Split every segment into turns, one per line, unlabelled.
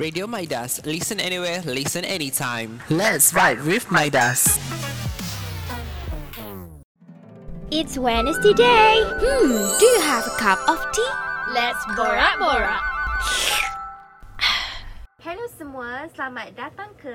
Radio Midas. Listen anywhere, listen anytime.
Let's ride with Midas.
It's Wednesday day. Hmm, do you have a cup of tea? Let's borak borak.
Hello semua, selamat datang ke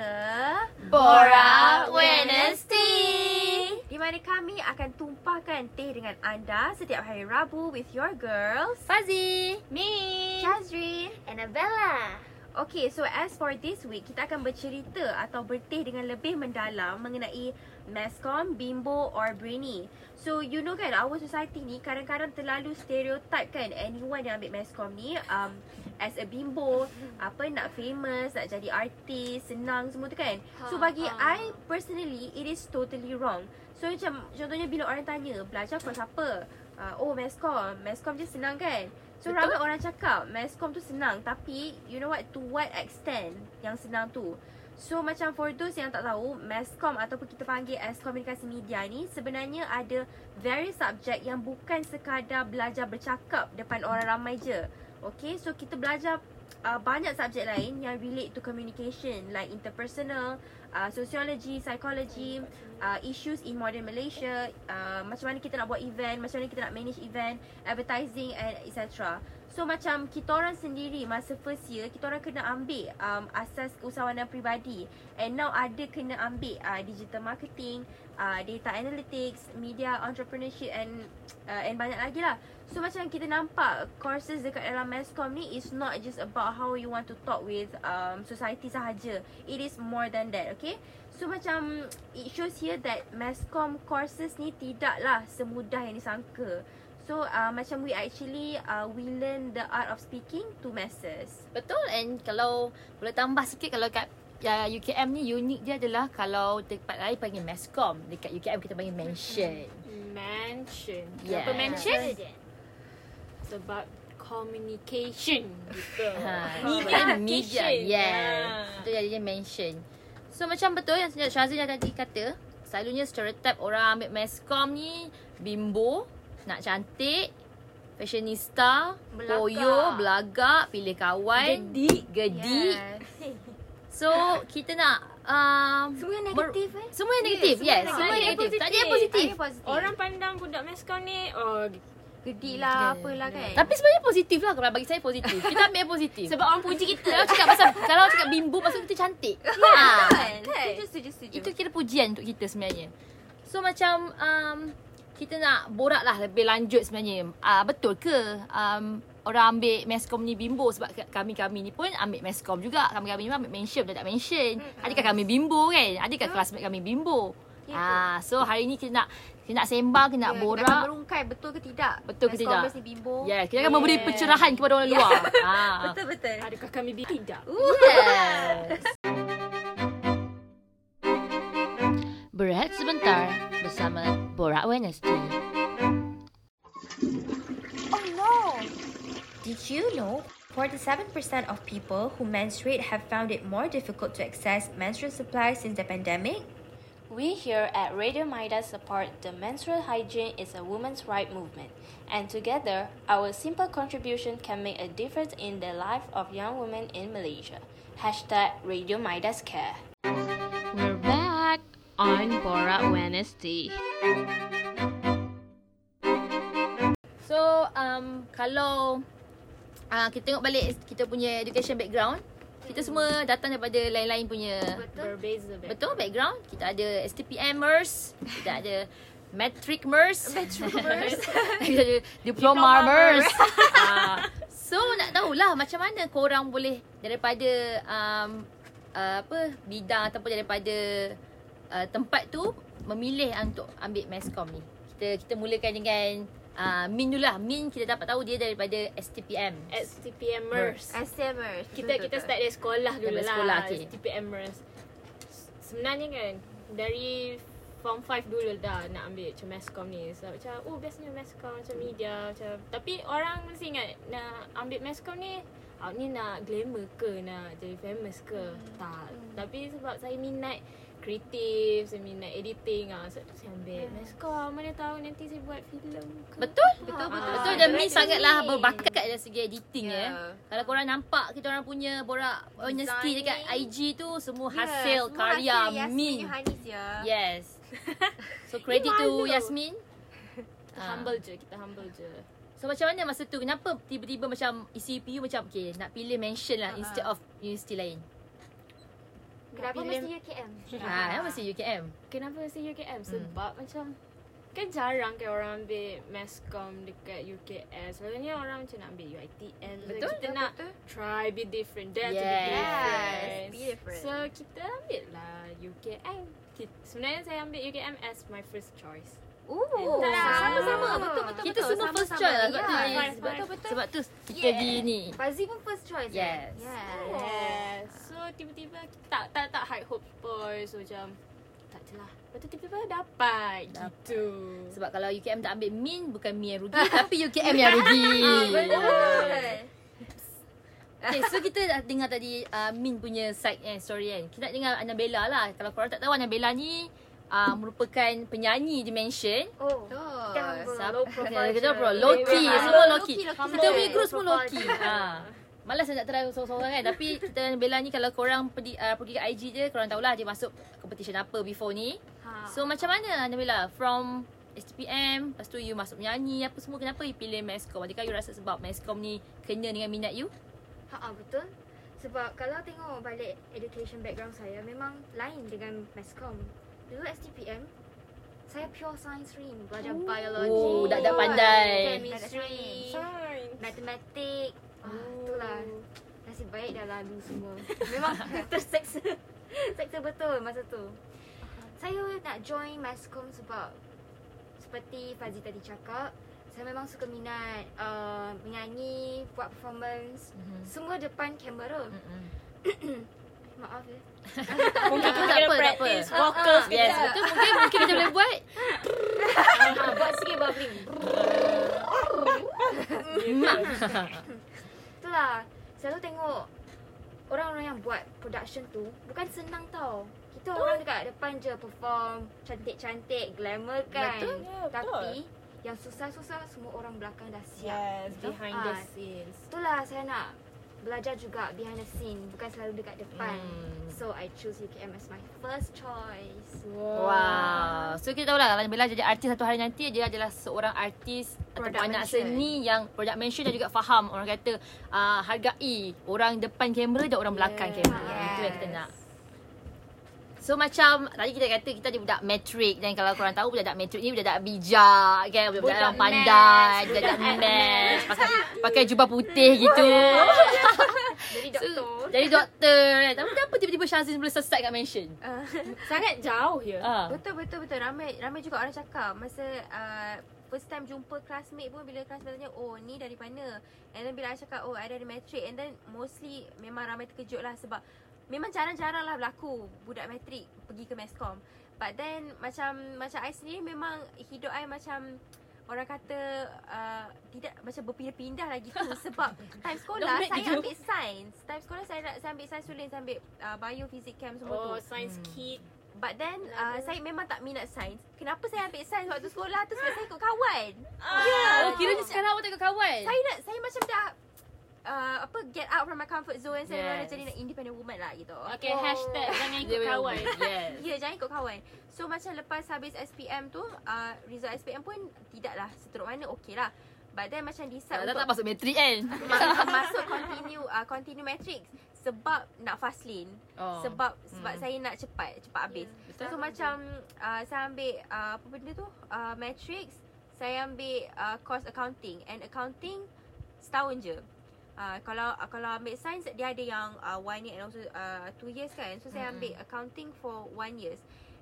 Borak Wednesday.
Di mana kami akan tumpahkan teh dengan anda setiap hari Rabu with your girls
Fuzzy, me,
Shazri
Annabella.
Okay, so as for this week, kita akan bercerita atau berteh dengan lebih mendalam mengenai MESCOM, BIMBO or BRINI. So, you know kan, our society ni kadang-kadang terlalu stereotype kan anyone yang ambil MESCOM ni um, as a BIMBO, apa nak famous, nak jadi artis, senang semua tu kan. So, bagi
Ha, ha.
I personally, it is totally wrong. So, macam contohnya bila orang tanya, belajar course apa? Uh, oh, MESCOM. MESCOM je senang kan? So
Betul.
Betul? ramai orang cakap Mescom tu senang Tapi you know what To what extent Yang senang tu So macam for those yang tak tahu Mescom ataupun kita panggil As komunikasi media ni Sebenarnya ada Various subject yang bukan sekadar Belajar bercakap Depan orang ramai je Okay so kita belajar uh, Banyak subjek lain Yang relate to communication Like interpersonal uh, Sociology Psychology uh, Issues in modern Malaysia uh, Macam mana kita nak buat event Macam mana kita nak manage event advertising and etc. So macam kita orang sendiri masa first year kita orang kena ambil um, asas keusahawanan peribadi and now ada kena ambil uh, digital marketing, uh, data analytics, media entrepreneurship and uh, and banyak lagi lah. So macam kita nampak courses dekat dalam MESCOM ni is not just about how you want to talk with um, society sahaja. It is more than that, okay? So macam it shows here that MESCOM courses ni tidaklah semudah yang disangka. So uh, macam we actually uh, we learn the art of speaking to masses.
Betul and kalau boleh tambah sikit kalau kat ya, UKM ni unik dia adalah kalau tempat lain panggil MESCOM dekat UKM kita panggil mansion.
Mansion.
Yes.
Apa mansion? Sebab communication gitu.
Ha,
Media.
media. Yes.
Ha.
Itu jadinya mention. So macam betul yang sejak Syazri dah tadi kata, selalunya stereotype orang ambil meskom ni bimbo, nak cantik, fashionista,
Belagak.
koyo, belagak, pilih kawan, gedik, gedik.
Yes.
So kita nak um,
Semua yang
ber-
negatif eh.
Semua yang negatif. Yes,
yang
semua yang
negatif.
negatif. Tak ada yang
Positif.
positif.
Ada positif.
Orang pandang budak meskom ni oh
gedik lah apalah kan.
Tapi sebenarnya positif lah kalau bagi saya positif. Kita ambil yang positif.
sebab orang puji kita.
kalau cakap pasal kalau cakap bimbo maksud kita cantik. Ha.
kan. Setuju setuju setuju.
Itu kira pujian untuk kita sebenarnya. So macam um, kita nak borak lah lebih lanjut sebenarnya. Uh, betul ke um, orang ambil meskom ni bimbo sebab k- kami-kami ni pun ambil meskom juga. Kami-kami ni pun ambil mention bila tak mention. Adakah kami bimbo kan? Adakah classmate kami bimbo? Ah,
Ya,
so hari ni kita nak kita nak sembang, kita nak
Ya, Kita akan
borak.
merungkai betul ke tidak.
Betul ke
Mass
tidak.
commerce ni bimbo.
Ya, yeah, kita akan memberi pencerahan kepada orang luar.
Ya.
Ah.
Betul betul.
Adakah kami bi- tidak?
Yes. Berehat sebentar bersama Borak Wednesday.
Oh no! Did you know 47% of people who menstruate have found it more difficult to access menstrual supplies since the pandemic?
We here at Radio Midas support the menstrual hygiene is a women's right movement, and together, our simple contribution can make a difference in the life of young women in Malaysia. Hashtag Radio Midas Care.
We're back on Borat Wednesday.
So, um, kalau uh, kita tengok balik kita punya education background, kita semua datang daripada lain-lain punya
Berbeza. Betul.
betul background. Kita ada STPM MERS, kita ada Metric MERS, kita ada Diploma MERS. uh, so nak tahulah macam mana korang boleh daripada um, uh, apa bidang ataupun daripada uh, tempat tu memilih ah untuk ambil MESCOM ni. Kita kita mulakan dengan uh, Min dulu lah. Min kita dapat tahu dia daripada STPM.
STPM MERS.
SMers.
kita kita start dari sekolah
Dari
dulu lah.
sekolah, okey.
STPM MERS. S- Sebenarnya kan dari form 5 dulu dah nak ambil macam meskom ni. So macam oh biasanya meskom macam media macam tapi orang mesti ingat nak ambil meskom ni ah
Hmm.
ni nak glamour ke nak jadi famous ke. Tak. Tapi sebab saya minat creatives, I mean like editing ah. So tu saya ambil
Hmm.
meskom, mana tahu nanti saya buat filem ke.
Betul, betul, betul.
Ah,
Betul, dan
betul
Mi
ni.
sangatlah berbakat dari segi editing
Ya.
eh.
yeah. ya. Kalau korang nampak kita orang punya borak universiti dekat
Designing.
IG tu semua
Ya,
hasil
semua
karya
hasil Yasmin
Mi.
Yohanis ya.
Yes. So credit to
malu.
Yasmin.
Kita
Ah.
humble je, kita humble je.
So macam mana masa tu? Kenapa tiba-tiba macam ECPU macam okay nak pilih mention
Ah,
lah instead of universiti lain?
Kenapa
Pilih-
mesti UKM?
Ah, ha, mesti UKM.
Kenapa saya UKM? Sebab macam kan jarang kan orang ambil meskom dekat UKS. Selalunya orang macam nak ambil UiTN. So,
Betul,
kita nak try be different, dare to be
Yes.
different.
Yes, be different.
So kita ambil lah UKM. Kita, sebenarnya saya ambil UKM as my first choice.
Ooh.
Tak lah,
Oh, Sama-sama. Betul-betul.
Oh. Kita semua first choice lah kat
Ya,
tulis.
Betul-betul.
Sebab tu kita
Yeah.
di ni.
Fazi pun first choice.
Yes.
eh?
Oh.
Yes.
Yes.
So tiba-tiba kita tak tak tak high hopes pun. So macam tak je lah. Lepas tu tiba-tiba dapat, gitu.
Sebab kalau UKM tak ambil min bukan mi yang rugi tapi UKM yang rugi.
Ah, Betul.
Okay, so kita dah dengar tadi uh, Min punya side eh, story kan. Kita nak dengar Annabella lah. Kalau korang tak tahu Annabella ni uh, merupakan penyanyi di mansion.
Oh.
Betul.
Kita humble.
Sub-
Low profile
kita
je.
pro low key,
Memang.
semua low
Low
key.
key, low key
Kita punya
sangat.
group semua low
Profile
key.
je.
Ha. Malas nak try sorang-sorang kan Tapi kita dengan Bella ni Kalau korang pergi, uh, pergi ke IG dia Korang tahulah dia masuk Competition apa before ni
Ah.
Ha.
So macam mana Annabella From STPM Lepas tu you masuk menyanyi Apa semua Kenapa you pilih MESCOM Adakah you rasa sebab MESCOM ni Kena dengan minat you
Ha ah, betul. Sebab kalau tengok balik education background saya memang lain dengan MESCOM. Dulu STPM saya pure science stream, belajar biology.
Oh, dah- dah pandai.
Chemistry,
Fine.
matematik. Ah, itulah. Nasib baik dah lalu semua. Memang terseksa. Seksa betul masa tu. Saya nak join MESCOM sebab seperti Fazi tadi cakap, saya memang suka minat uh, menyanyi, buat performance.
Mm-hmm.
Semua depan kamera. Maaf ya.
Mungkin kita tak apa,
kena
tak apa.
practice vocals
Ah, ah,
Yes,
kejap.
betul. Mungkin mungkin kita boleh buat.
Ah, buat sikit bubbling.
Itulah lah. Selalu tengok Orang-orang yang buat production tu Bukan senang tau Kita orang dekat depan je perform Cantik-cantik Glamour kan
Betul. Ya, betul.
Tapi Yang susah-susah Semua orang belakang dah siap
Yes, behind the
Ah.
scenes.
Itulah saya nak Belajar juga behind the scene Bukan selalu dekat depan
Hmm.
So I choose UKM as my first choice
Wow. So kita tahulah kalau Bella jadi artis satu hari nanti dia adalah seorang artis atau
Product
anak
mention.
seni yang product mention dan juga faham orang kata uh, hargai orang depan kamera dan orang belakang
Yes.
kamera. Itu yang kita nak. So macam tadi kita kata kita ada budak matrik dan kalau korang tahu budak-budak matrik ni budak-budak bijak kan budak-budak yang pandai, budak-budak mes, pakai, pakai jubah putih gitu.
Jadi
So,
doktor
jadi doktor kan. Tapi kenapa tiba-tiba Shazin boleh sesat kat mansion?
Sangat jauh ya.
Ah.
Betul betul betul ramai ramai juga orang cakap masa uh, first time jumpa classmate pun bila classmate tanya oh ni dari mana and then bila I cakap oh I dari matric and then mostly memang ramai terkejut lah sebab memang jarang-jarang lah berlaku budak matric pergi ke meskom but then macam macam I sendiri memang hidup I macam orang kata uh, tidak macam berpindah-pindah lagi tu sebab time sekolah
Dominate
saya
gitu.
ambil sains time sekolah saya nak saya ambil sains tulen saya ambil uh, bio fizik chem semua tu
Oh, science
Hmm.
kid.
But then uh, saya memang tak minat sains. Kenapa saya ambil sains waktu sekolah tu sebab saya ikut kawan.
Oh, kira ni sekarang awak tak ikut kawan.
Saya nak saya macam dah uh, apa get out from my comfort zone saya
Yes.
yes. nak jadi nak independent woman lah gitu.
Okay, hashtag jangan ikut kawan.
Yes.
Ya, yeah, jangan ikut kawan. So macam lepas habis SPM tu, uh, result SPM pun tidaklah seteruk mana okey lah. But then macam decide
Tak, tak, tak
untuk
masuk matrik kan?
masuk, masuk continue uh, continue matrix sebab nak fast lane.
Oh.
Sebab sebab saya nak cepat, cepat habis.
Yeah.
Yeah. So macam uh, saya ambil uh, apa benda tu? Uh, matrix, saya ambil uh, course accounting and accounting setahun je. Uh, kalau uh, kalau ambil science dia ada yang uh, one year and also uh, two years kan. So saya ambil accounting for one years.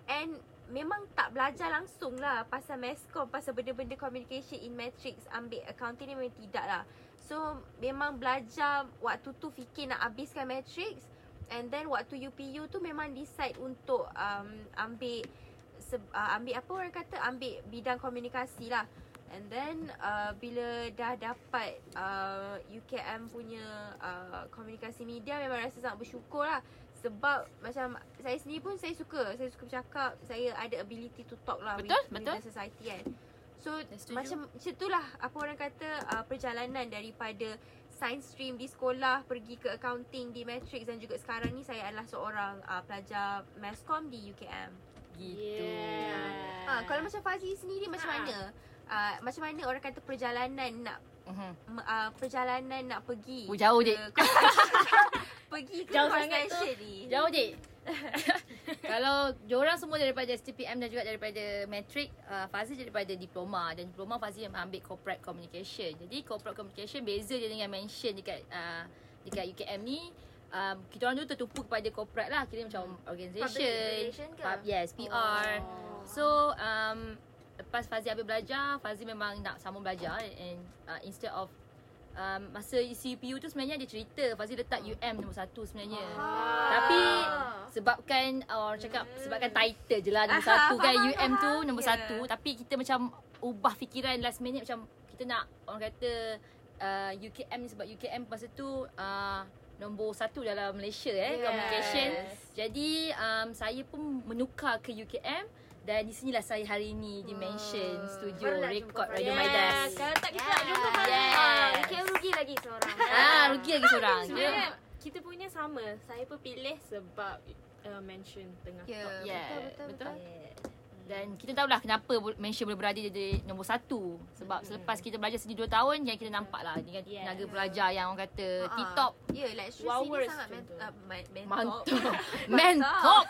And memang tak belajar langsung lah pasal meskom, pasal benda-benda communication in matrix, ambil accounting ni memang tidak lah. So memang belajar waktu tu fikir nak habiskan matrix and then waktu UPU tu memang decide untuk um, ambil se, uh, ambil apa orang kata ambil bidang komunikasi lah. And then uh, bila dah dapat uh, UKM punya uh, komunikasi media memang rasa sangat bersyukur lah Sebab macam saya sendiri pun saya suka. Saya suka bercakap. Saya ada ability to talk lah
Betul,
with,
betul.
with the society kan. So
setuju.
macam macam itulah apa orang kata uh, perjalanan daripada science stream di sekolah pergi ke accounting di matrix dan juga sekarang ni saya adalah seorang uh, pelajar mascom di UKM.
Gitu.
Yeah.
Ah.
Ha, kalau macam Fazi sendiri macam
Ha.
mana? Uh, macam mana orang kata perjalanan nak
Mhm.
m- uh, perjalanan nak pergi
Oh, jauh,
ke,
Dik.
pergi ke
Jauh
jauh
sangat tu.
ni
Jauh je. Kalau diorang semua daripada STPM dan juga daripada Matric, uh, Fazil daripada diploma dan diploma Fazil yang ambil corporate communication. Jadi corporate communication beza dia dengan mention dekat uh, dekat UKM ni. Um, kita orang tu tertumpu kepada corporate lah Kira macam
Hmm.
organisation
relation ke?
Pub- Yes,
Ah.
Oh.
PR So um, Lepas Fazil habis belajar Fazil memang nak sambung belajar And uh, instead of um, Masa CPU tu sebenarnya dia cerita Fazil letak UM nombor satu sebenarnya
Ah.
Tapi Sebabkan Orang cakap Sebabkan title je lah Nombor
Aha,
satu kan
faham,
UM tu
faham.
Nombor
Ya.
satu Tapi kita macam Ubah fikiran last minute Macam Kita nak Orang kata uh, UKM ni sebab UKM masa tu uh, Nombor satu dalam Malaysia eh
Yes.
Communication Jadi um, Saya pun menukar ke UKM dan di sinilah saya hari ini di Mansion Studio
Barulah jumpa
Record
Friday.
Radio Maidas.
Kalau tak kita
Yeah.
nak jumpa kan.
Yes.
Ah, UKM rugi lagi seorang.
Ah, rugi lagi seorang. Ya.
Sebenarnya kita punya sama. Saya pun pilih sebab uh, mention tengah
Ya,
top.
Yeah,
betul, betul, betul.
Yeah. Dan kita tahulah kenapa bo- Malaysia boleh berada jadi nombor satu Sebab mm-hmm. selepas kita belajar sendiri 2 tahun Yang kita nampak lah Dengan yeah.
Yeah.
tenaga pelajar yang orang kata
Ha-ha.
Tip-top
Ya, lecturer
Wow,
sini
worst
sangat men-
contoh.
uh, man- mentor.
Mantap Mentop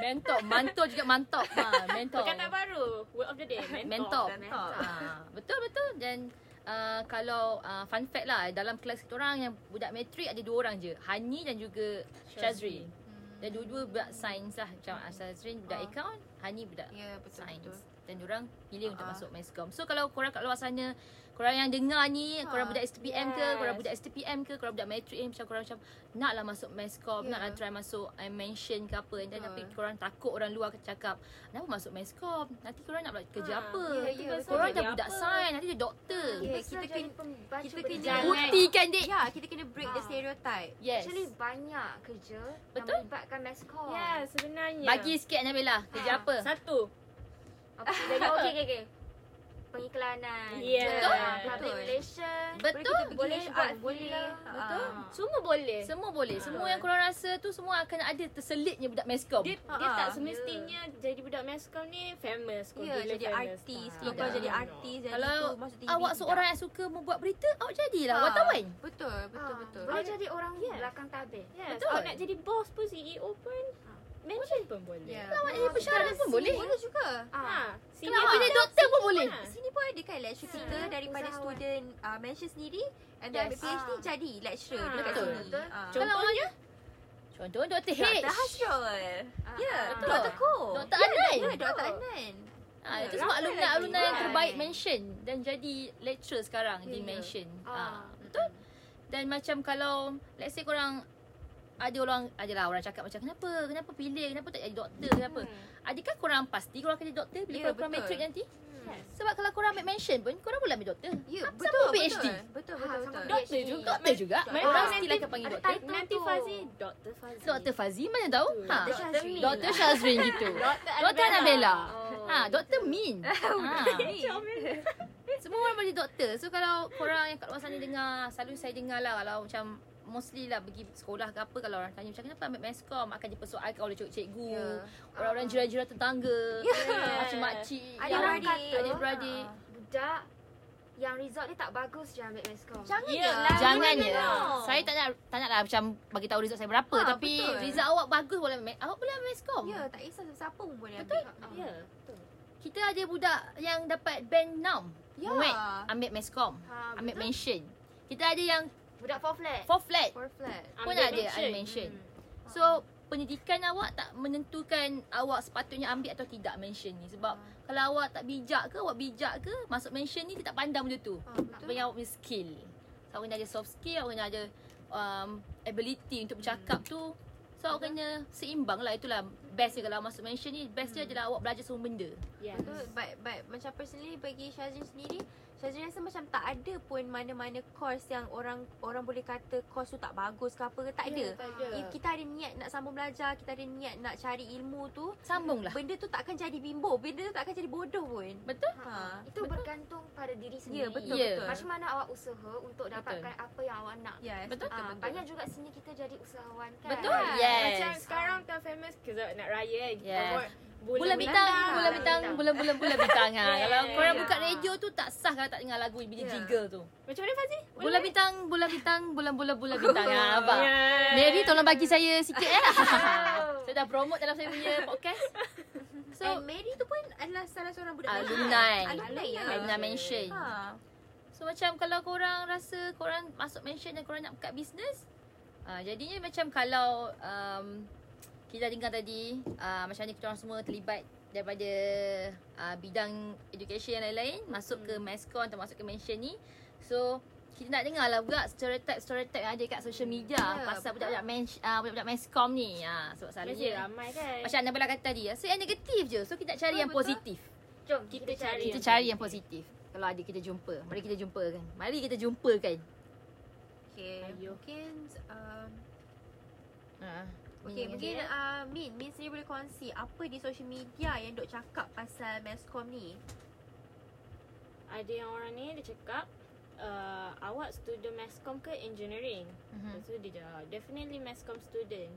Mentop Mantul juga mantap ha, Mentop
Perkataan baru. Word of the day. Mentor.
Mentop
Mentor.
ha, Betul betul Dan uh, Kalau uh, Fun fact lah Dalam kelas kita orang Yang budak matrik Ada dua orang je Hani dan juga Shazri Dan dua-dua budak sains lah Macam uh, Shazri budak
Ah.
account Hani budak
Ya, betul,
sains
betul.
dan diorang pilih uh-huh. untuk
Ah.
masuk MESCOM. So kalau korang kat luar sana, korang yang dengar ni,
Ah,
korang budak STPM yes. ke,
yes.
korang budak STPM ke, korang budak matrik ni macam korang macam naklah masuk MESCOM, yeah.
Ya.
naklah lah try masuk I mention ke apa and then, tapi
Betul.
korang takut orang luar akan cakap, kenapa masuk MESCOM? Nanti korang nak buat kerja
Ah,
apa?
ya, ya,
Yeah,
betul.
korang dah
Jadi
budak
apa?
sains, nanti dia doktor. Yeah.
Ya, kita
Kita
kena
kena pembaca
kita kena
berita.
Jangan.
Buktikan dik.
Ya, kita kena break the
Ah.
stereotype.
Yes.
Actually banyak kerja yang
Betul.
melibatkan mass com.
Yeah, Ya, sebenarnya.
ya.
Bagi sikit Nabila,
Ah.
kerja apa?
satu.
Apa lagi? Okey okey okey. Pengiklanan.
Yeah.
Betul.
Ah, Betul.
Public relation.
Betul.
Pergi
Boleh
HR,
buat
boleh lah.
Betul.
Ah.
Semua boleh.
Semua boleh. Semua yang korang rasa tu semua akan ada terselitnya budak MESCOM.
dia, dia
Ah,
tak
ya.
semestinya jadi budak meskom ni famous.
Ya,
popular
jadi
famous. Ah.
artis.
Tak.
Kalau kau jadi
Ah.
No.
artis, jadi
Kalau
tu masuk TV.
awak seorang yang suka membuat berita, awak
Ah.
jadilah wartawan.
Betul, betul,
Ah,
betul.
Boleh jadi orang
Yeah.
belakang tabir.
Yes,
Betul.
Betul. nak jadi bos pun CEO pun mention pun boleh.
Ya.
Awak jadi pesara pun boleh.
Boleh juga.
Ha,
Ah.
senior
Kenapa jadi
pun-
doktor pun boleh.
Ah.
Sini pun ada kan lecturer kita daripada
Usahawan.
student uh, mention ssendiri and then
Yes.
ambil PhD
Ah.
jadi lecturer
Ah,
dekat
betul.
sini.
Betul.
Ah.
Contohnya? Contoh Dr. H.
Dr. Hashrul.
Ah,
Ya,
ah.
betul. Dr. Koh.
Dr.
Ya,
Adnan.
Ya, Dr. Adnan.
Ha, itu
Ya,
semua
ramai
alumni
lagi.
alumni yang
Ramai.
terbaik mention dan jadi lecturer sekarang di
Ya, ya.
mention.
Ah.
Ha, betul? Dan macam kalau let's say korang ada orang adalah orang cakap macam kenapa kenapa pilih kenapa tak jadi doktor kenapa adakah korang pasti korang akan jadi doktor bila
Ya,
korang korang
betul.
matrik nanti sebab kalau korang ambil mention pun korang boleh ambil doktor
Ya,
Ha, sama
betul, betul.
PhD
Betul, betul,
Ha, sama
betul.
Doktor
PhD.
juga.
doktor juga
Men-
orang
Ah.
mesti akan panggil
Ada
doktor
title
Nanti
tu.
Fazi Dr. Fazi
Doktor Fazi mana tahu ha
Dr.
Shazri.
Doktor Shazrin gitu Doktor Annabella ha Doktor Min ha Semua orang boleh doktor So kalau korang yang kat luar sana dengar Selalu saya dengar lah Kalau macam Mostly lah pergi sekolah ke apa Kalau orang tanya macam kenapa ambil meskom Akan dipersoalkan oleh cikgu-cikgu
Ya.
Orang-orang jiran-jiran tetangga
Yeah.
Makcik-makcik
Ada
yang-
orang kata
adik-beradik.
ah, budak yang result dia tak bagus je ambil mass com.
Jangan
Ya,
ya.
lah.
Jangan
Jangan
je.
tengok.
Saya tak nak tak naklah macam bagi tahu result saya berapa
Ha,
tapi
betul.
result awak bagus boleh ambil- awak boleh ambil meskom.
Ya, tak kisah siapa pun boleh
Betul.
ambil. Ah.
Ya
Kita ada budak yang dapat band 6.
Ya.
Muat ambil meskom.
Ha,
ambil mention. Kita ada yang
Budak four flat. Ah,
four flat
For flat.
pun ada ada mention. So pendidikan awak tak menentukan awak sepatutnya ambil atau tidak mention ni sebab kalau awak tak bijak ke awak bijak ke masuk mention ni dia tak lah. pandang benda tu.
Ah,
Apa
betul.
yang awak punya skill So awak kena ada soft skill Awak kena ada um, Ability untuk bercakap tu So awak kena seimbang lah Itulah best dia kalau awak masuk Hmm. mention ni Best dia adalah awak belajar semua benda
Yes
Betul. But, but macam personally bagi Syazrin sendiri, Saya rasa macam tak ada pun mana-mana course yang orang orang boleh kata course tu tak bagus ke apa ke Ya, tak ada.
tak ada.
If kita ada niat nak sambung belajar, kita ada niat nak cari ilmu tu,
Sambung lah.
benda tu takkan jadi bimbo, benda tu takkan jadi bodoh pun.
Betul?
Ha.
ah. Itu betul. bergantung pada diri sendiri.
Ya, betul
Ya.
betul.
Macam mana awak usaha untuk dapatkan apa yang awak nak.
Yes,
Betul?
Ah,
betul.
banyak juga sini kita jadi usahawan kan.
Betul? Yes.
Macam sekarang kan famous Kerana nak raya kan Kita
Yes.
buat
Bulan bintang, bulan bintang, bulan-bulan bulan bintang. Ha.
Yeah,
Kalau korang
yeah.
buka radio tu tak sah kalau tak dengar lagu Biji
Yeah.
Jiggle tu.
Macam mana Fazi?
Bulan bintang, bulan bintang, bulan-bulan bulan bintang. Ha, abang.
Yeah.
Mary tolong bagi saya sikit eh. saya dah promote dalam saya punya podcast.
So, And Mary tu pun adalah salah seorang budak
Alumni.
Alumni ya.
Alumni mention.
Ha.
So macam kalau korang rasa korang masuk mention dan korang nak buka bisnes uh, Jadinya macam kalau um, kita dengar tadi uh, Macam mana kita orang semua terlibat daripada uh, bidang education yang lain-lain Masuk ke MESCON atau masuk ke mention ni So kita nak dengar lah pula stereotype-stereotype yang ada kat social media yeah, Pasal budak-budak, mention, uh, budak-budak MESCOM ni uh, Sebab
Masih
selalunya
ramai kan
Macam Annabella kata tadi Rasa yang negatif je So kita nak cari yang positif
Jom kita, cari
kita cari yang positif. Kalau ada kita jumpa. Mari kita jumpa kan. Mari kita jumpa kan.
Okay.
Ayo.
Mungkin um,
Ha.
Okay, mungkin uh, Min, Min sendiri boleh kongsi apa di social media yang dok cakap pasal Mescom ni?
Ada yang orang ni dia cakap uh, Awak student MESCOM ke engineering? Lepas tu dia jawab Definitely MESCOM student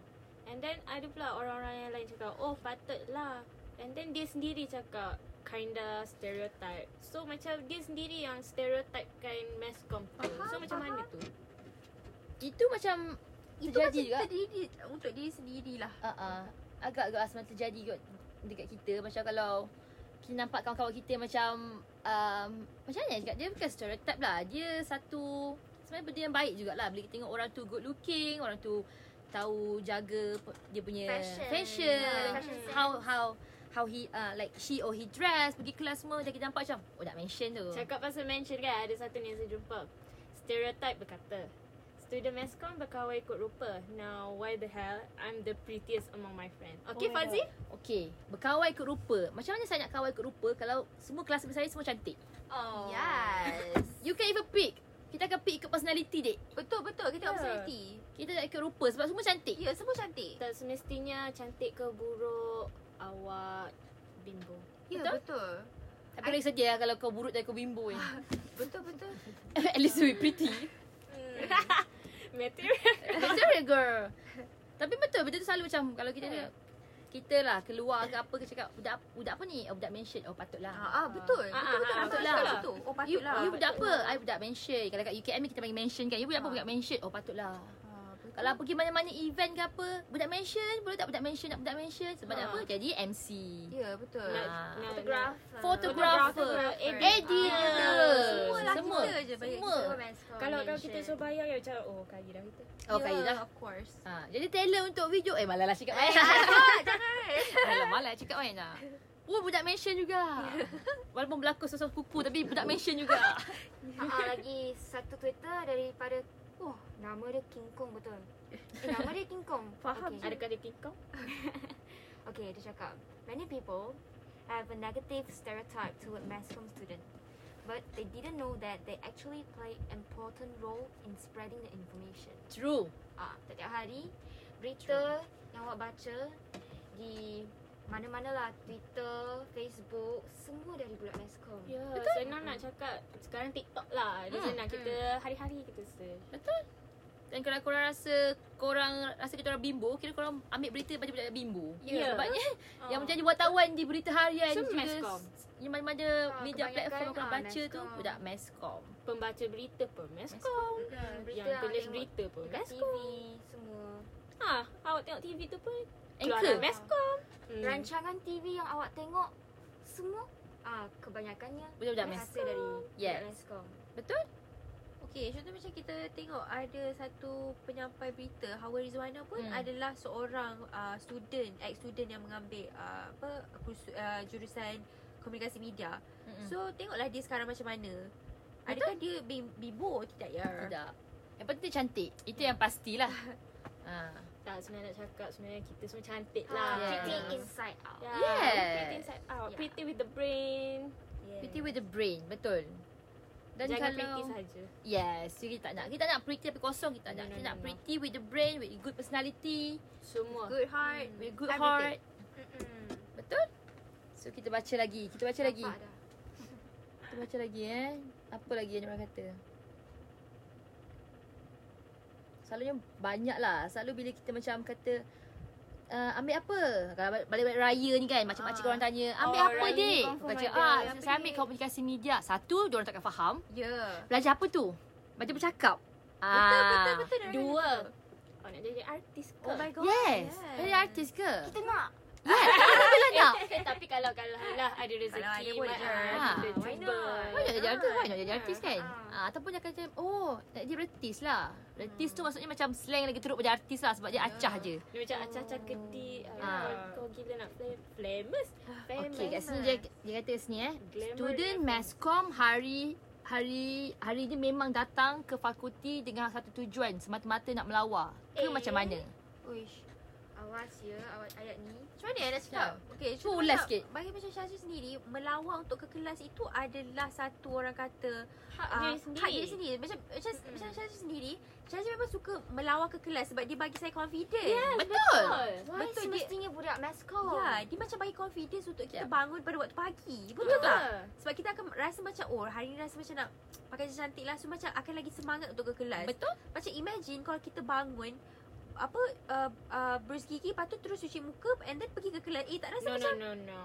And then ada pula orang-orang yang lain cakap Oh patutlah And then dia sendiri cakap Kinda stereotype So macam dia sendiri yang stereotypekan MESCOM tu So macam mana tu?
itu macam
Itu
terjadi juga.
macam Terdiri untuk diri sendirilah.
Uh-uh. Agak-agak asma terjadi kot dekat kita macam kalau kita nampak kawan-kawan kita macam um, macam mana cakap dia bukan stereotype lah. Dia satu sebenarnya benda yang baik jugalah bila kita tengok orang tu good looking, orang tu tahu jaga pe- dia punya
Fashion.
fashion
Yeah, fashion sense.
how how how he uh, like she or he dress pergi kelas semua macam kita nampak macam oh nak mention tu.
Cakap pasal mention kan Ada satu ni saya jumpa Stereotype berkata Student meskom berkawal ikut rupa Now why the hell I'm the prettiest among my friends Okay oh Fazi?
Okey, berkawal ikut rupa. Macam mana saya nak kawal ikut rupa kalau semua kelas saya semua cantik?
Oh.
Yes.
You can even pick. Kita akan pick ikut personality, dek.
betul betul kita
Ya.
yeah. personality.
Kita tak ikut rupa sebab semua cantik.
Ya, yeah, semua cantik.
Tak semestinya cantik ke buruk Awak bimbo
Ya, yeah, betul.
Tapi lagi sedih lah kalau kau buruk dan kau bimbo eh.
Ah, Betul betul.
At least you pretty.
Material
Sorry girl. Tapi betul, benda tu selalu macam kalau kita
Ah.
yeah. kita lah keluar ke apa ke cakap budak budak apa ni? Oh, budak mention. Oh patutlah.
Ha ah, betul. betul
Ah, ah,
betul
ah,
betul
patutlah.
betul, betul. Oh
you,
patutlah.
you budak apa? I budak mention. Kalau kat UKM ni kita panggil mention kan. You budak apa?
Ha.
Budak mention. Oh patutlah.
Ah, betul.
Kalau pergi mana-mana event ke apa, budak mention, boleh tak budak mention nak budak mention? Sebab nak
Ah.
Ha.
apa? Jadi MC.
ya, betul.
Nak-
Ah.
nak-
Photograph.
Photographer,
Photographer.
editor,
Semua lah
semua.
Ah, kita je bagi
semua.
Semua meskom.
Kalau kalau kita
mention.
suruh bayar ya macam Oh kaya dah kita
Ya,
Oh, kaya dah.
Of course.
Ha, jadi tailor untuk video Eh malah lah cakap main Malah malah cakap main lah Oh budak mention juga Walaupun berlakon sosok kuku Tapi budak mention juga
Ah, lagi satu Twitter daripada Wah, nama dia King Kong betul. Eh, nama dia King Kong.
Faham
Okay.
Adakah dia kingkong?
Okay, dia cakap Many people have a negative stereotype toward mass-com students But they didn't know that they actually play important role in spreading the information
True
Ah, Setiap hari, berita yang awak baca di mana-mana lah Twitter, Facebook, semua dari budak mass-com
Ya Senang nak cakap Sekarang TikTok lah Dia senang Kita hari-hari kita search
Betul Dan kalau korang rasa Korang rasa kita orang bimbo Kira korang ambil berita daripada budak bimbo
Ya.
Sebabnya eh,
Ah.
Yang menjadi wartawan di berita harian
So,
juga
masscom.
s- Yang mana-mana
Ah,
media
kebanyakan,
platform korang
ah,
baca tu
masscom.
Budak masscom
Pembaca berita pun meskom
Oh.
Berita
Yang tulis
tengok
berita pun
Dekat
meskom
TV, semua
Ha, awak tengok TV tu pun keluar
Anchor
dalam Mescom. Hmm.
Rancangan TV yang awak tengok, semua ah kebanyakannya
Budak-budak
berasal dari
Yes.
Ya.
budak mass-com
Betul?
Okey, contoh macam kita tengok ada satu penyampai berita Hawa Rizwana pun
Hmm.
hmm. adalah seorang uh, student, ex-student yang mengambil uh, apa kursu, uh, jurusan komunikasi media.
Mm-mm.
Hmm. So tengoklah dia sekarang macam mana. Adakah dia bim- bimbo tidak ya?
Tidak Yang penting cantik Itu yang pastilah ha.
Tak, sebenarnya nak cakap sebenarnya kita semua cantik lah. Ya.
Ah,
Yeah.
Pretty inside out
Yeah.
Yes.
Pretty inside out.
Yeah.
Pretty with the brain.
yeah.
Pretty with the brain Betul Dan
Jangan
kalau
pretty saja.
Yes, kita tak nak. Kita tak nak pretty tapi kosong kita tak
No,
nak.
no,
Kita
no,
nak
no.
pretty with the brain, with good personality, Hmm,
Semua.
Good heart.
with good
Everything.
heart.
Mm-mm.
Betul? So kita baca lagi. Kita baca lagi.
Nampak dah.
Kita baca lagi eh. Apa lagi yang orang kata? Selalunya banyak lah. Selalu bila kita macam kata Uh, ambil apa? Kalau bal- balik-balik raya ni kan Macam-macam
Ah.
orang tanya Ambil
Oh,
apa
raya
dek?
confirm
Baca
ada.
ah,
Ambil
Saya ambil komunikasi media Satu, diorang takkan faham
Yeah.
Belajar apa tu? Belajar bercakap
Ya. Betul,
Ah.
betul, betul. Dorang
Dua.
kena tahu.
Oh, nak jadi artis ke?
Oh my god.
Yes. Jadi artis ke?
Kita nak
Bila nak?
Eh, tapi kalau kalau lah ada rezeki
Kalau ada boleh
mak,
je.
ah, kita
Why
cuba.
not?
Banyak jadi artis kan? Banyak jadi
Ah,
artis kan?
ah.
Ah, ataupun dia kata, oh, nak jadi artis lah. Artis tu maksudnya macam slang lagi teruk pada artis lah sebab dia acah je.
Dia macam acah-acah kedik. Ah.
Ah.
Kau, kau gila nak flam- famous. Famous.
Okey, kat sini dia, dia kata kat sini eh.
Glamour
Student
level.
Mascom hari hari hari ni memang datang ke fakulti dengan satu tujuan semata-mata nak melawa. Ke
Eh.
macam mana?
Uish Awas ya Awak ayat ni
Macam mana eh, nak cakap? Okay,
Cuba ulas sikit.
Bagi macam Syazri sendiri, melawak untuk ke kelas itu adalah satu orang kata
Hak
ah,
diri sendiri.
Hak diri sendiri. Macam macam, mm-hmm. macam Syazri sendiri, Syazri memang suka melawak ke kelas sebab dia bagi saya confidence. Yeah.
Betul.
Why
Betul,
Betul
dia-
semestinya budak meskom
Ya, dia macam bagi confidence untuk kita
Yeah.
bangun pada waktu pagi.
Ya.
Betul tak? Sebab kita akan rasa macam oh hari ni rasa macam nak pakai jas cantik lah so macam akan lagi semangat untuk ke kelas.
Betul?
Macam imagine kalau kita bangun apa uh, uh, berus gigi lepas tu terus cuci muka and then pergi ke kelas. Eh tak rasa
No, no,
macam
no, no.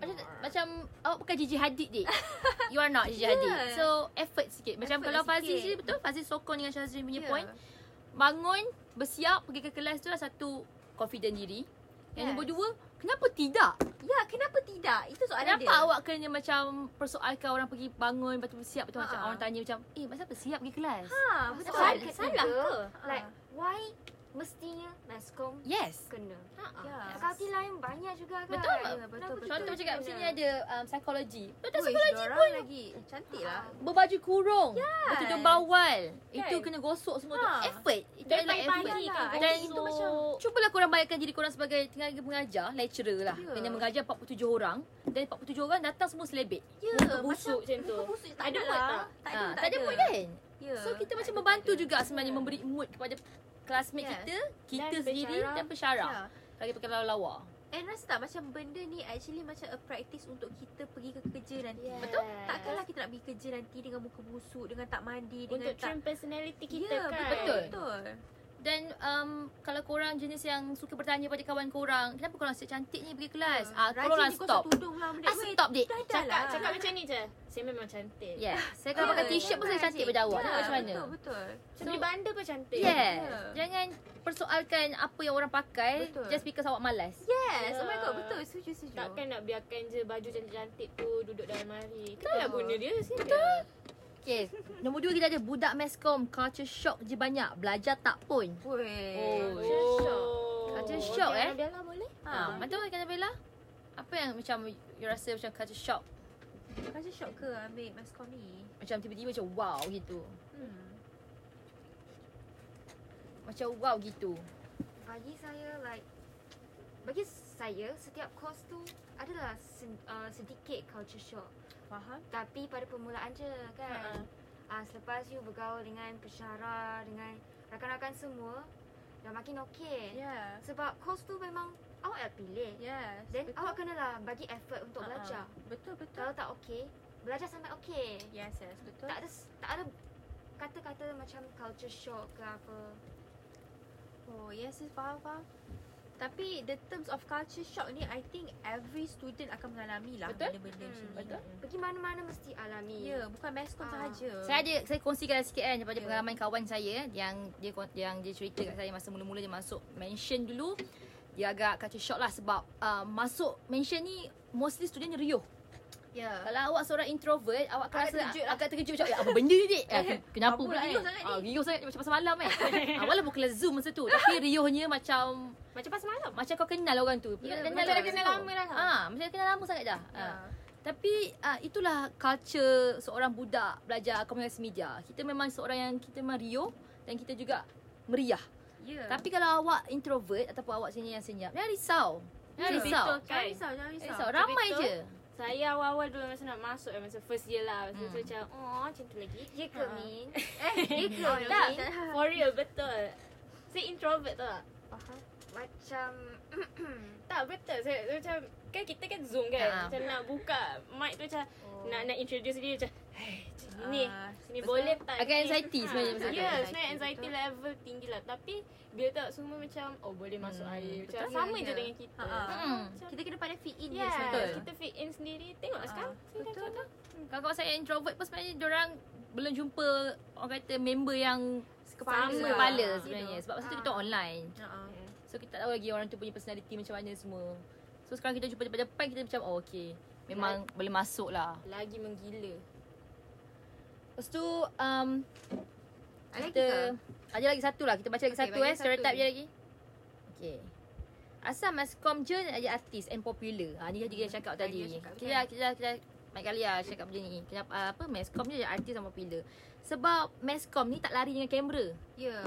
Macam, macam awak bukan Gigi Hadid dik. You are not Gigi Hadid.
Yeah.
So effort sikit. Macam
Effort
kalau
lah
Fazil
sikit. Ya.
sendiri betul Fazil sokong dengan Syazrin punya
Yeah.
point. Bangun, bersiap, pergi ke kelas tu lah satu confident diri. Yang
Yes.
nombor dua, kenapa tidak?
Ya, kenapa tidak? Itu soalan
Kenapa
dia.
awak kena macam persoalkan orang pergi bangun lepas tu bersiap betul macam
Ha-ha.
orang tanya macam, "Eh, masa apa siap pergi kelas?"
Ha,
Betul
betul.
Ah,
Salah,
Salah-
salah
salah
ke?
ke?
Like why Mestinya meskom
Yes.
Kena
Ya.
Fakulti lain banyak juga kan
Betul.
Ya, betul, betul.
lah.
ya.
Contoh macam kat sini
Kena.
ada um, psikologi. Betul
Wih,
psikologi
dorang
pun
lagi cantik lah.
berbaju kurung, bertudung bawal.
Kan?
Itu kena gosok semua
Ha.
tu. Effort. Itu
Dan
adalah effort.
pagi-pagi
lah.
kan
I
Dan
gosok.
itu macam Cubalah korang bayangkan diri korang sebagai tenaga pengajar, lecturer lah.
Ya.
Yeah. Kena mengajar 47 orang dan 47 orang datang semua selebet.
Ya,
Muka busuk macam tu.
muka busuk tak
Ada
ada
buat
lah.
tak?
Tak ada,
Ah,
tak,
ada pun kan?
Ya.
So kita macam membantu juga sebenarnya memberi mood kepada classmate
Yes.
kita, kita
Dan
sendiri
pensyarah.
dan pensyarah.
Ya.
Lagi pakai lawa-lawa.
And rasa tak Eh, macam benda ni actually macam a practice untuk kita pergi ke kerja nanti.
Yes.
Betul? Takkanlah kita nak pergi kerja nanti dengan muka busuk, dengan tak mandi, dengan
Untuk
tak...
trim personality kita
ya,
kan.
betul. Betul.
Dan um, kalau korang jenis yang suka bertanya pada kawan korang, kenapa korang asyik cantik ni pergi kelas? Ah,
Ya. Rajin
korang
ni
stop.
gosok tudung lah. benda
Ah,
duit.
stop, Dik.
Dah dah
Cakap,
lah.
cakap macam ni je. Saya memang cantik.
Yeah. Saya kalau pakai
Ya,
t-shirt pun saya
memang
cantik
cantik.
pada awak.
Ya,
Nak macam mana?
Betul, betul.
Macam beli bandar pun cantik.
Yes.
Ya.
Jangan persoalkan apa yang orang pakai
Betul.
just because awak malas.
Yes, oh my
Ya.
god, betul. Setuju, setuju.
Takkan nak biarkan je baju cantik-cantik tu duduk dalam mari. Kita nak guna dia sini.
Okay. Nombor dua kita ada budak meskom. Culture shock je banyak. Belajar tak pun.
Weh.
Oh. Culture shock, eh.
Bella boleh?
Ha.
Ha.
Macam mana kata Bella? Apa yang macam you rasa macam culture shock?
Rasa shock ke ambil mascom ni?
Macam tiba-tiba macam wow gitu.
Hmm.
Macam wow gitu.
Bagi saya like bagi saya setiap course tu adalah sen, uh, sedikit culture shock
Faham?
tapi pada permulaan je kan. Ah uh, selepas you bergaul dengan pensyarah dengan rakan-rakan semua dah makin okey.
Yeah.
Sebab course tu memang awak yang pilih.
Yes. Ya,
Then
betul.
awak kenalah bagi effort untuk
Ha, ha.
belajar.
Betul, betul.
Kalau tak okey, belajar sampai okey.
Yes, yes, betul.
Tak ada tak ada kata-kata macam culture shock ke apa.
Oh yes, yes faham faham. Tapi the terms of culture shock ni I think every student akan mengalami lah
Betul?
benda-benda macam
Hmm,
ni.
betul.
Pergi mana-mana mesti alami.
Ya, bukan meskom
Ah.
sahaja.
Saya ada saya kongsikan sikit kan daripada
Ya.
yeah. pengalaman kawan saya eh, yang dia kon- yang dia cerita kat saya masa mula-mula dia masuk mention dulu dia agak kacau shock lah sebab uh, masuk mention ni mostly student riuh.
Ya.
Kalau awak seorang introvert, awak akan
Agak
rasa
terkejut lah.
agak, terkejut macam "Eh, apa benda ni dik? Eh, kenapa
Apa
pula
riuh
ni?
sangat ni?
Ah, riuh sangat ni macam pasal malam kan. ah, walaupun kelas Zoom masa tu, tapi riuhnya macam
Macam pas malam.
macam kau kenal orang tu.
Ya,
Kenal
macam
orang
dah
tu.
kenal lama dah tau.
Ah, macam dah kenal lama sangat dah.
Ya.
Ah. Tapi uh, itulah culture seorang budak belajar komunikasi media. Kita memang seorang yang kita memang riuh dan kita juga meriah.
Ya.
Tapi kalau awak introvert ataupun awak sini yang senyap, jangan risau. Jangan
Ya,
risau.
betul.
jangan risau, jangan
Jangan
risau.
risau. Ramai
Betul.
je.
Saya awal-awal dulu masa nak masuk eh, masa first year
Hmm.
lah. Masa tu macam, oh macam tu lagi.
Ya ke
Ah.
Min? Eh, ya ke Min?
Tak, for real, betul. Saya introvert tau tak?
Faham. Macam
Tak, betul. Saya, saya macam, kan kita kan Zoom kan?
Ah.
Macam nak buka mic tu macam,
Oh.
nak nak introduce dia macam, hey, macam ni,
Ah,
ni
lepas
boleh
tu,
tak?
agak
ni?"
anxiety
Ah,
sebenarnya masa tu.
Ya, yeah, sebenarnya
Anxiety,
anxiety level tinggi lah. Tapi, bila tak semua macam, oh boleh masuk
Hmm,
air. Macam
betul.
sama
Ya,
je
ya.
dengan kita.
Ha, ha.
Hmm.
Macam,
Kita kena pandai fit in
Yeah,
yes.
betul.
kita fit in sendiri. Tengoklah
Ah,
sekarang. Sini
betul.
kan
Kawan-kawan saya introvert pun sebenarnya orang belum jumpa orang kata member yang
Kepala.
sama
Sama.
kepala
Ah,
sebenarnya.
gitu.
Sebab masa tu
Ah.
kita online.
Uh-uh.
So kita tak tahu lagi orang tu punya personality macam mana semua. So sekarang kita jumpa depan-depan kita macam oh okay. Memang boleh masuk lah.
Lagi menggila.
Lepas tu um,
Ada lagi ke?
kita ada lagi satu lah. Kita baca lagi
Okey,
satu eh.
bagi lah. satu.
Stereotype je lagi. Okay. Asal mascom je nak jadi artis and popular. Ha, ni tadi kita cakap
Tadi
tadi.
Hmm, dia cakap, kan?
Kita dah- kita dah- kita dah- Mak Kalia cakap benda ni. Kenapa ah, apa mascom je jadi artis sama popular. Sebab mascom ni tak lari dengan kamera.
Ya.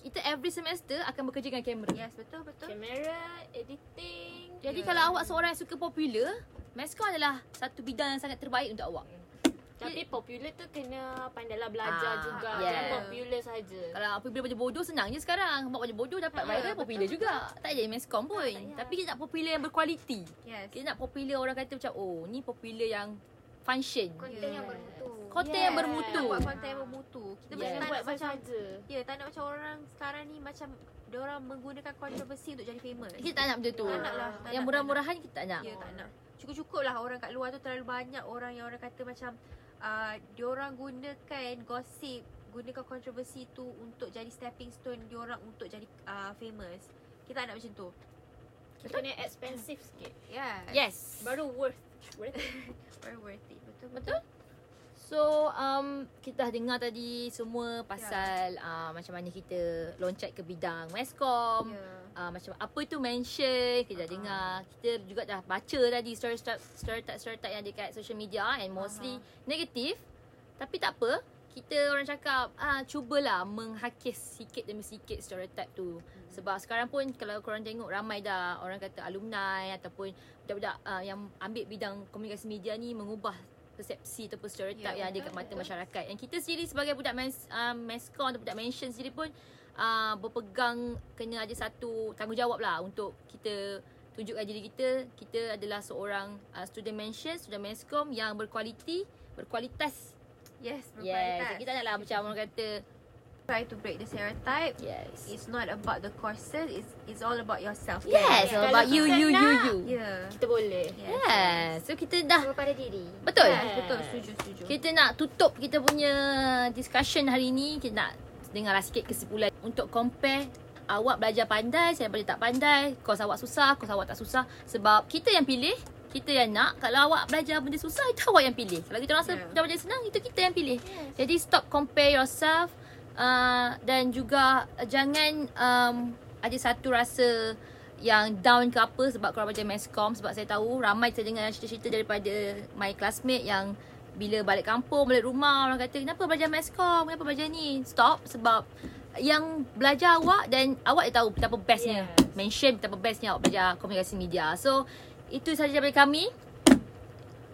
Kita every semester akan bekerja dengan kamera.
Yes, betul betul.
Kamera, editing.
Jadi kalau awak seorang yang suka popular, mascom adalah satu bidang yang sangat terbaik untuk awak.
Tapi popular tu kena pandailah
Ah,
belajar juga.
yeah.
Jangan popular saja.
Kalau popular baju bodoh senang je sekarang. Buat baju bodoh
Ah,
dapat viral popular juga. Tak jadi mascom pun. Tapi kita nak popular yang berkualiti.
Yes.
Kita nak popular orang kata macam oh ni popular yang function.
Konten
Yes.
yang bermutu.
Konten yang bermutu.
Buat konten yang bermutu. Kita
Yes.
yes.
Jangan
tak
buat
nak
macam
macam
saja.
Ya, tak nak macam orang sekarang ni macam orang menggunakan kontroversi untuk jadi famous.
Kita tak nak benda tu.
Tak nak lah. Tak
Yang
nak,
murah-murahan kita tak nak.
Ya tak nak Cukup-cukup lah orang kat luar tu terlalu banyak orang yang orang kata macam uh, Diorang gunakan gosip Gunakan kontroversi tu untuk jadi stepping stone diorang untuk jadi uh, famous Kita tak nak macam tu Ya,
Kita kena expensive sikit.
Yes.
Yes.
Baru worth. Worth it.
Very worth it Betul
Betul? So um, kita dah dengar tadi semua pasal
Ya.
uh, macam mana kita loncat ke bidang mascom.
Ya.
uh, macam apa tu mention kita dah dengar kita juga dah baca tadi stereotype stereotype stereotype yang dekat social media and mostly negatif tapi tak apa kita orang cakap ah cubalah menghakis sikit demi sikit stereotype tu sebab sekarang pun kalau korang tengok ramai dah orang kata alumni ataupun budak-budak uh, yang ambil bidang komunikasi media ni mengubah persepsi ataupun stereotype yang
Ya,
ada kat mata masyarakat. Yang kita sendiri sebagai budak mas, uh, meskom atau budak mention sendiri pun uh, berpegang kena ada satu tanggungjawab lah untuk kita tunjukkan diri kita kita adalah seorang uh, student mention, student meskom yang berkualiti, berkualitas.
Yes
Yes, kita
berkualitas yes,
taklah macam orang kata
Try to break the stereotype
yes.
It's not about the courses It's it's all about yourself
Yes,
Kalau
about you
kita
you you
nak,
you.
Yeah
Kita boleh.
Yes, so kita dah
Kepada diri.
betul.
Yes, betul setuju setuju
Kita nak tutup kita punya discussion hari ni. Kita nak dengarlah sikit kesimpulan untuk compare awak belajar pandai, saya belajar tak pandai, kos awak susah, kos awak tak susah sebab kita yang pilih, kita yang nak. Kalau awak belajar benda susah, itu awak yang pilih. Kalau kita rasa
Yeah.
yeah. belajar senang, itu kita yang pilih. Jadi stop compare yourself uh, dan juga uh, jangan um, ada satu rasa yang down ke apa sebab korang macam meskom sebab saya tahu ramai saya dengar cerita-cerita daripada my classmate yang bila balik kampung, balik rumah orang kata kenapa belajar meskom, kenapa belajar ni stop sebab yang belajar awak dan awak dah tahu betapa bestnya
Yes.
mention betapa bestnya awak belajar komunikasi media so itu sahaja daripada kami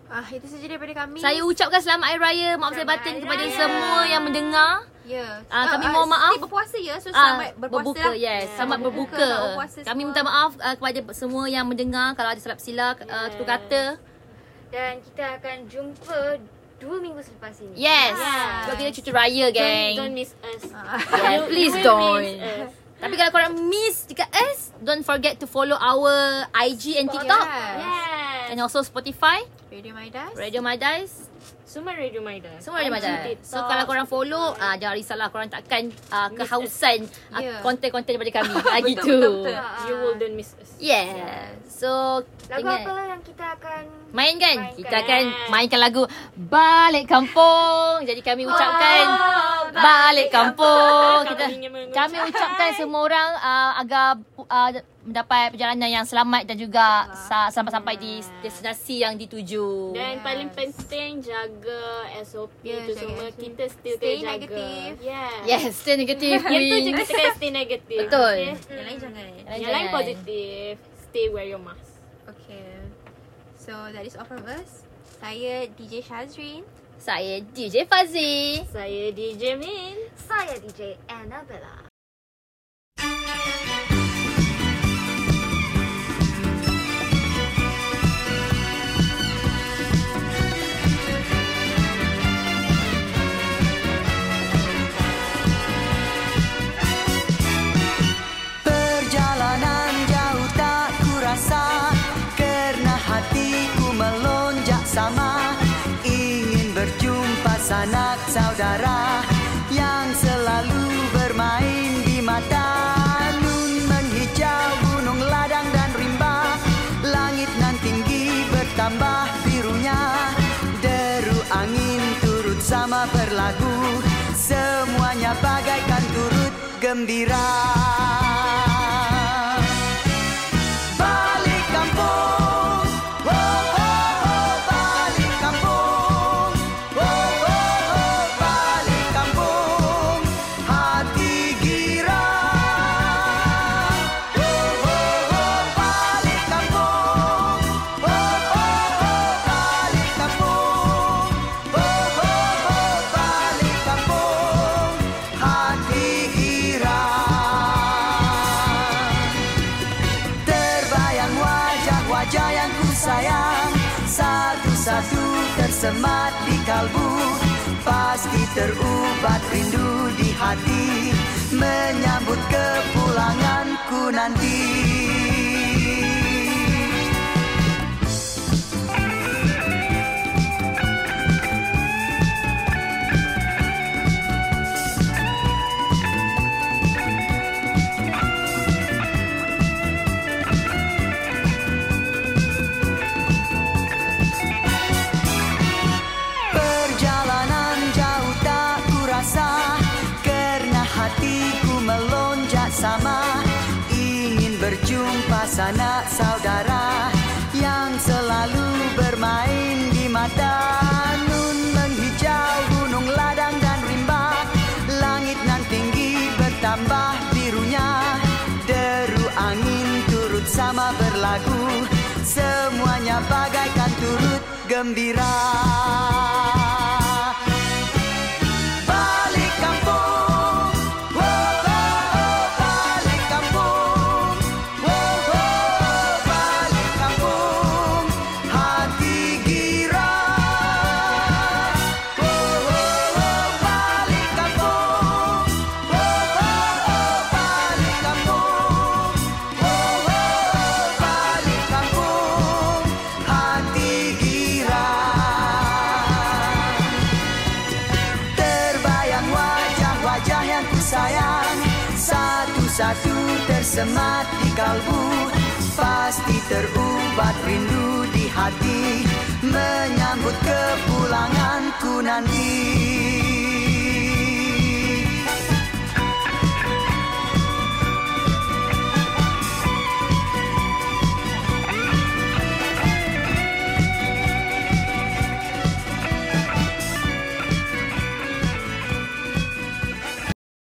Ah Itu saja daripada kami
saya ucapkan selamat Hari Raya maaf saya
Selamat
batin
Hari
kepada
Raya.
semua yang mendengar
Ya.
Ah, kami mohon maaf.
Stay berpuasa ya. So
Ah,
selamat berpuasa
berbuka
lah.
yes selamat berbuka,
selamat berpuasa
kami
semua.
minta maaf uh, kepada semua yang mendengar kalau ada silap silap uh, tutur
Yes.
kata
Dan kita akan jumpa dua minggu selepas ini.
yes
Yes.
sebab kita cuti raya gang
Don't, don't miss us.
Ah,
yes,
You-
please
you will
don't
miss us.
tapi kalau korang miss dekat us don't forget to follow our IG and TikTok
Yes.
and also Spotify
Radio Maidas.
Radio Madice
Semua Radio Maida.
Semua ada macam
Anti
So
TikTok.
kalau korang follow ah Jangan risaulah Korang takkan ah, Kehausan ah,
Yeah.
Konten-konten daripada kami Ah, Lagi
Betul,
tu
betul, betul.
You will don't miss us.
Yeah So
Lagu
ingat.
apa yang kita akan
Mainkan.
Mainkan.
Kita akan mainkan lagu Balik Kampung. Jadi kami ucapkan oh, Balik Kampung.
Oh, Kami
Kita
ingin
kami
mengucapkan-
ucapkan semua orang uh, agar uh, mendapat perjalanan yang selamat dan juga sa- sampai-sampai di destinasi yang dituju.
Dan paling penting jaga SOP
Yeah,
tu
jaga
semua.
SOP.
Kita still
Stay
kena jaga.
negative.
Yeah.
Yes, stay negative.
Yang tu je
Queen.
kita kena stay negative.
Betul.
Okay?
Yang lain jangan. eh.
Yang lain
Jangan.
positif. Stay wear your mask.
Okay. So
So that is all from us. Saya DJ Shazrin.
Saya DJ Fazil.
Saya DJ Min.
Saya DJ Annabella.
Perjalanan jauh tak kurasa Kerana hatiku melonjak sama Ingin berjumpa sanak saudara Yang selalu bermain di mata Nun menghijau gunung ladang dan rimba Langit nan tinggi bertambah birunya Deru angin turut sama berlagu Semuanya bagaikan turut gembira Balik kampung, oh oh oh, balik kampung, oh oh oh, balik kampung, hati gila, oh oh oh, balik kampung, oh oh oh, balik kampung, oh oh oh, balik kampung, hati gila. Terbayang wajah-wajah yang ku sayang Satu-satu tersemat di kalbu Pasti terubat rindu di hati Menyambut kepulanganku nanti Perjalanan jauh tak kurasa Kerana hatiku melonjak sama Ingin berjumpa sanak saudara Yang selalu bermain di mata Nun menghijau gunung ladang dan rimba Langit nan tinggi bertambah birunya Deru angin turut sama berlagu Semuanya bagaikan turut gembira Balik kampung oh, oh, oh, Balik kampung oh, oh, oh, Balik kampung Hati gila oh, oh, oh, Balik kampung oh, oh, oh, Balik kampung Oh, oh, oh, balik kampung, hati gila. Terbayang wajah-wajah yang ku sayang, satu-satu tersemat di kalbu. Pasti terubat rindu di hati, menyambut kepulanganku nanti.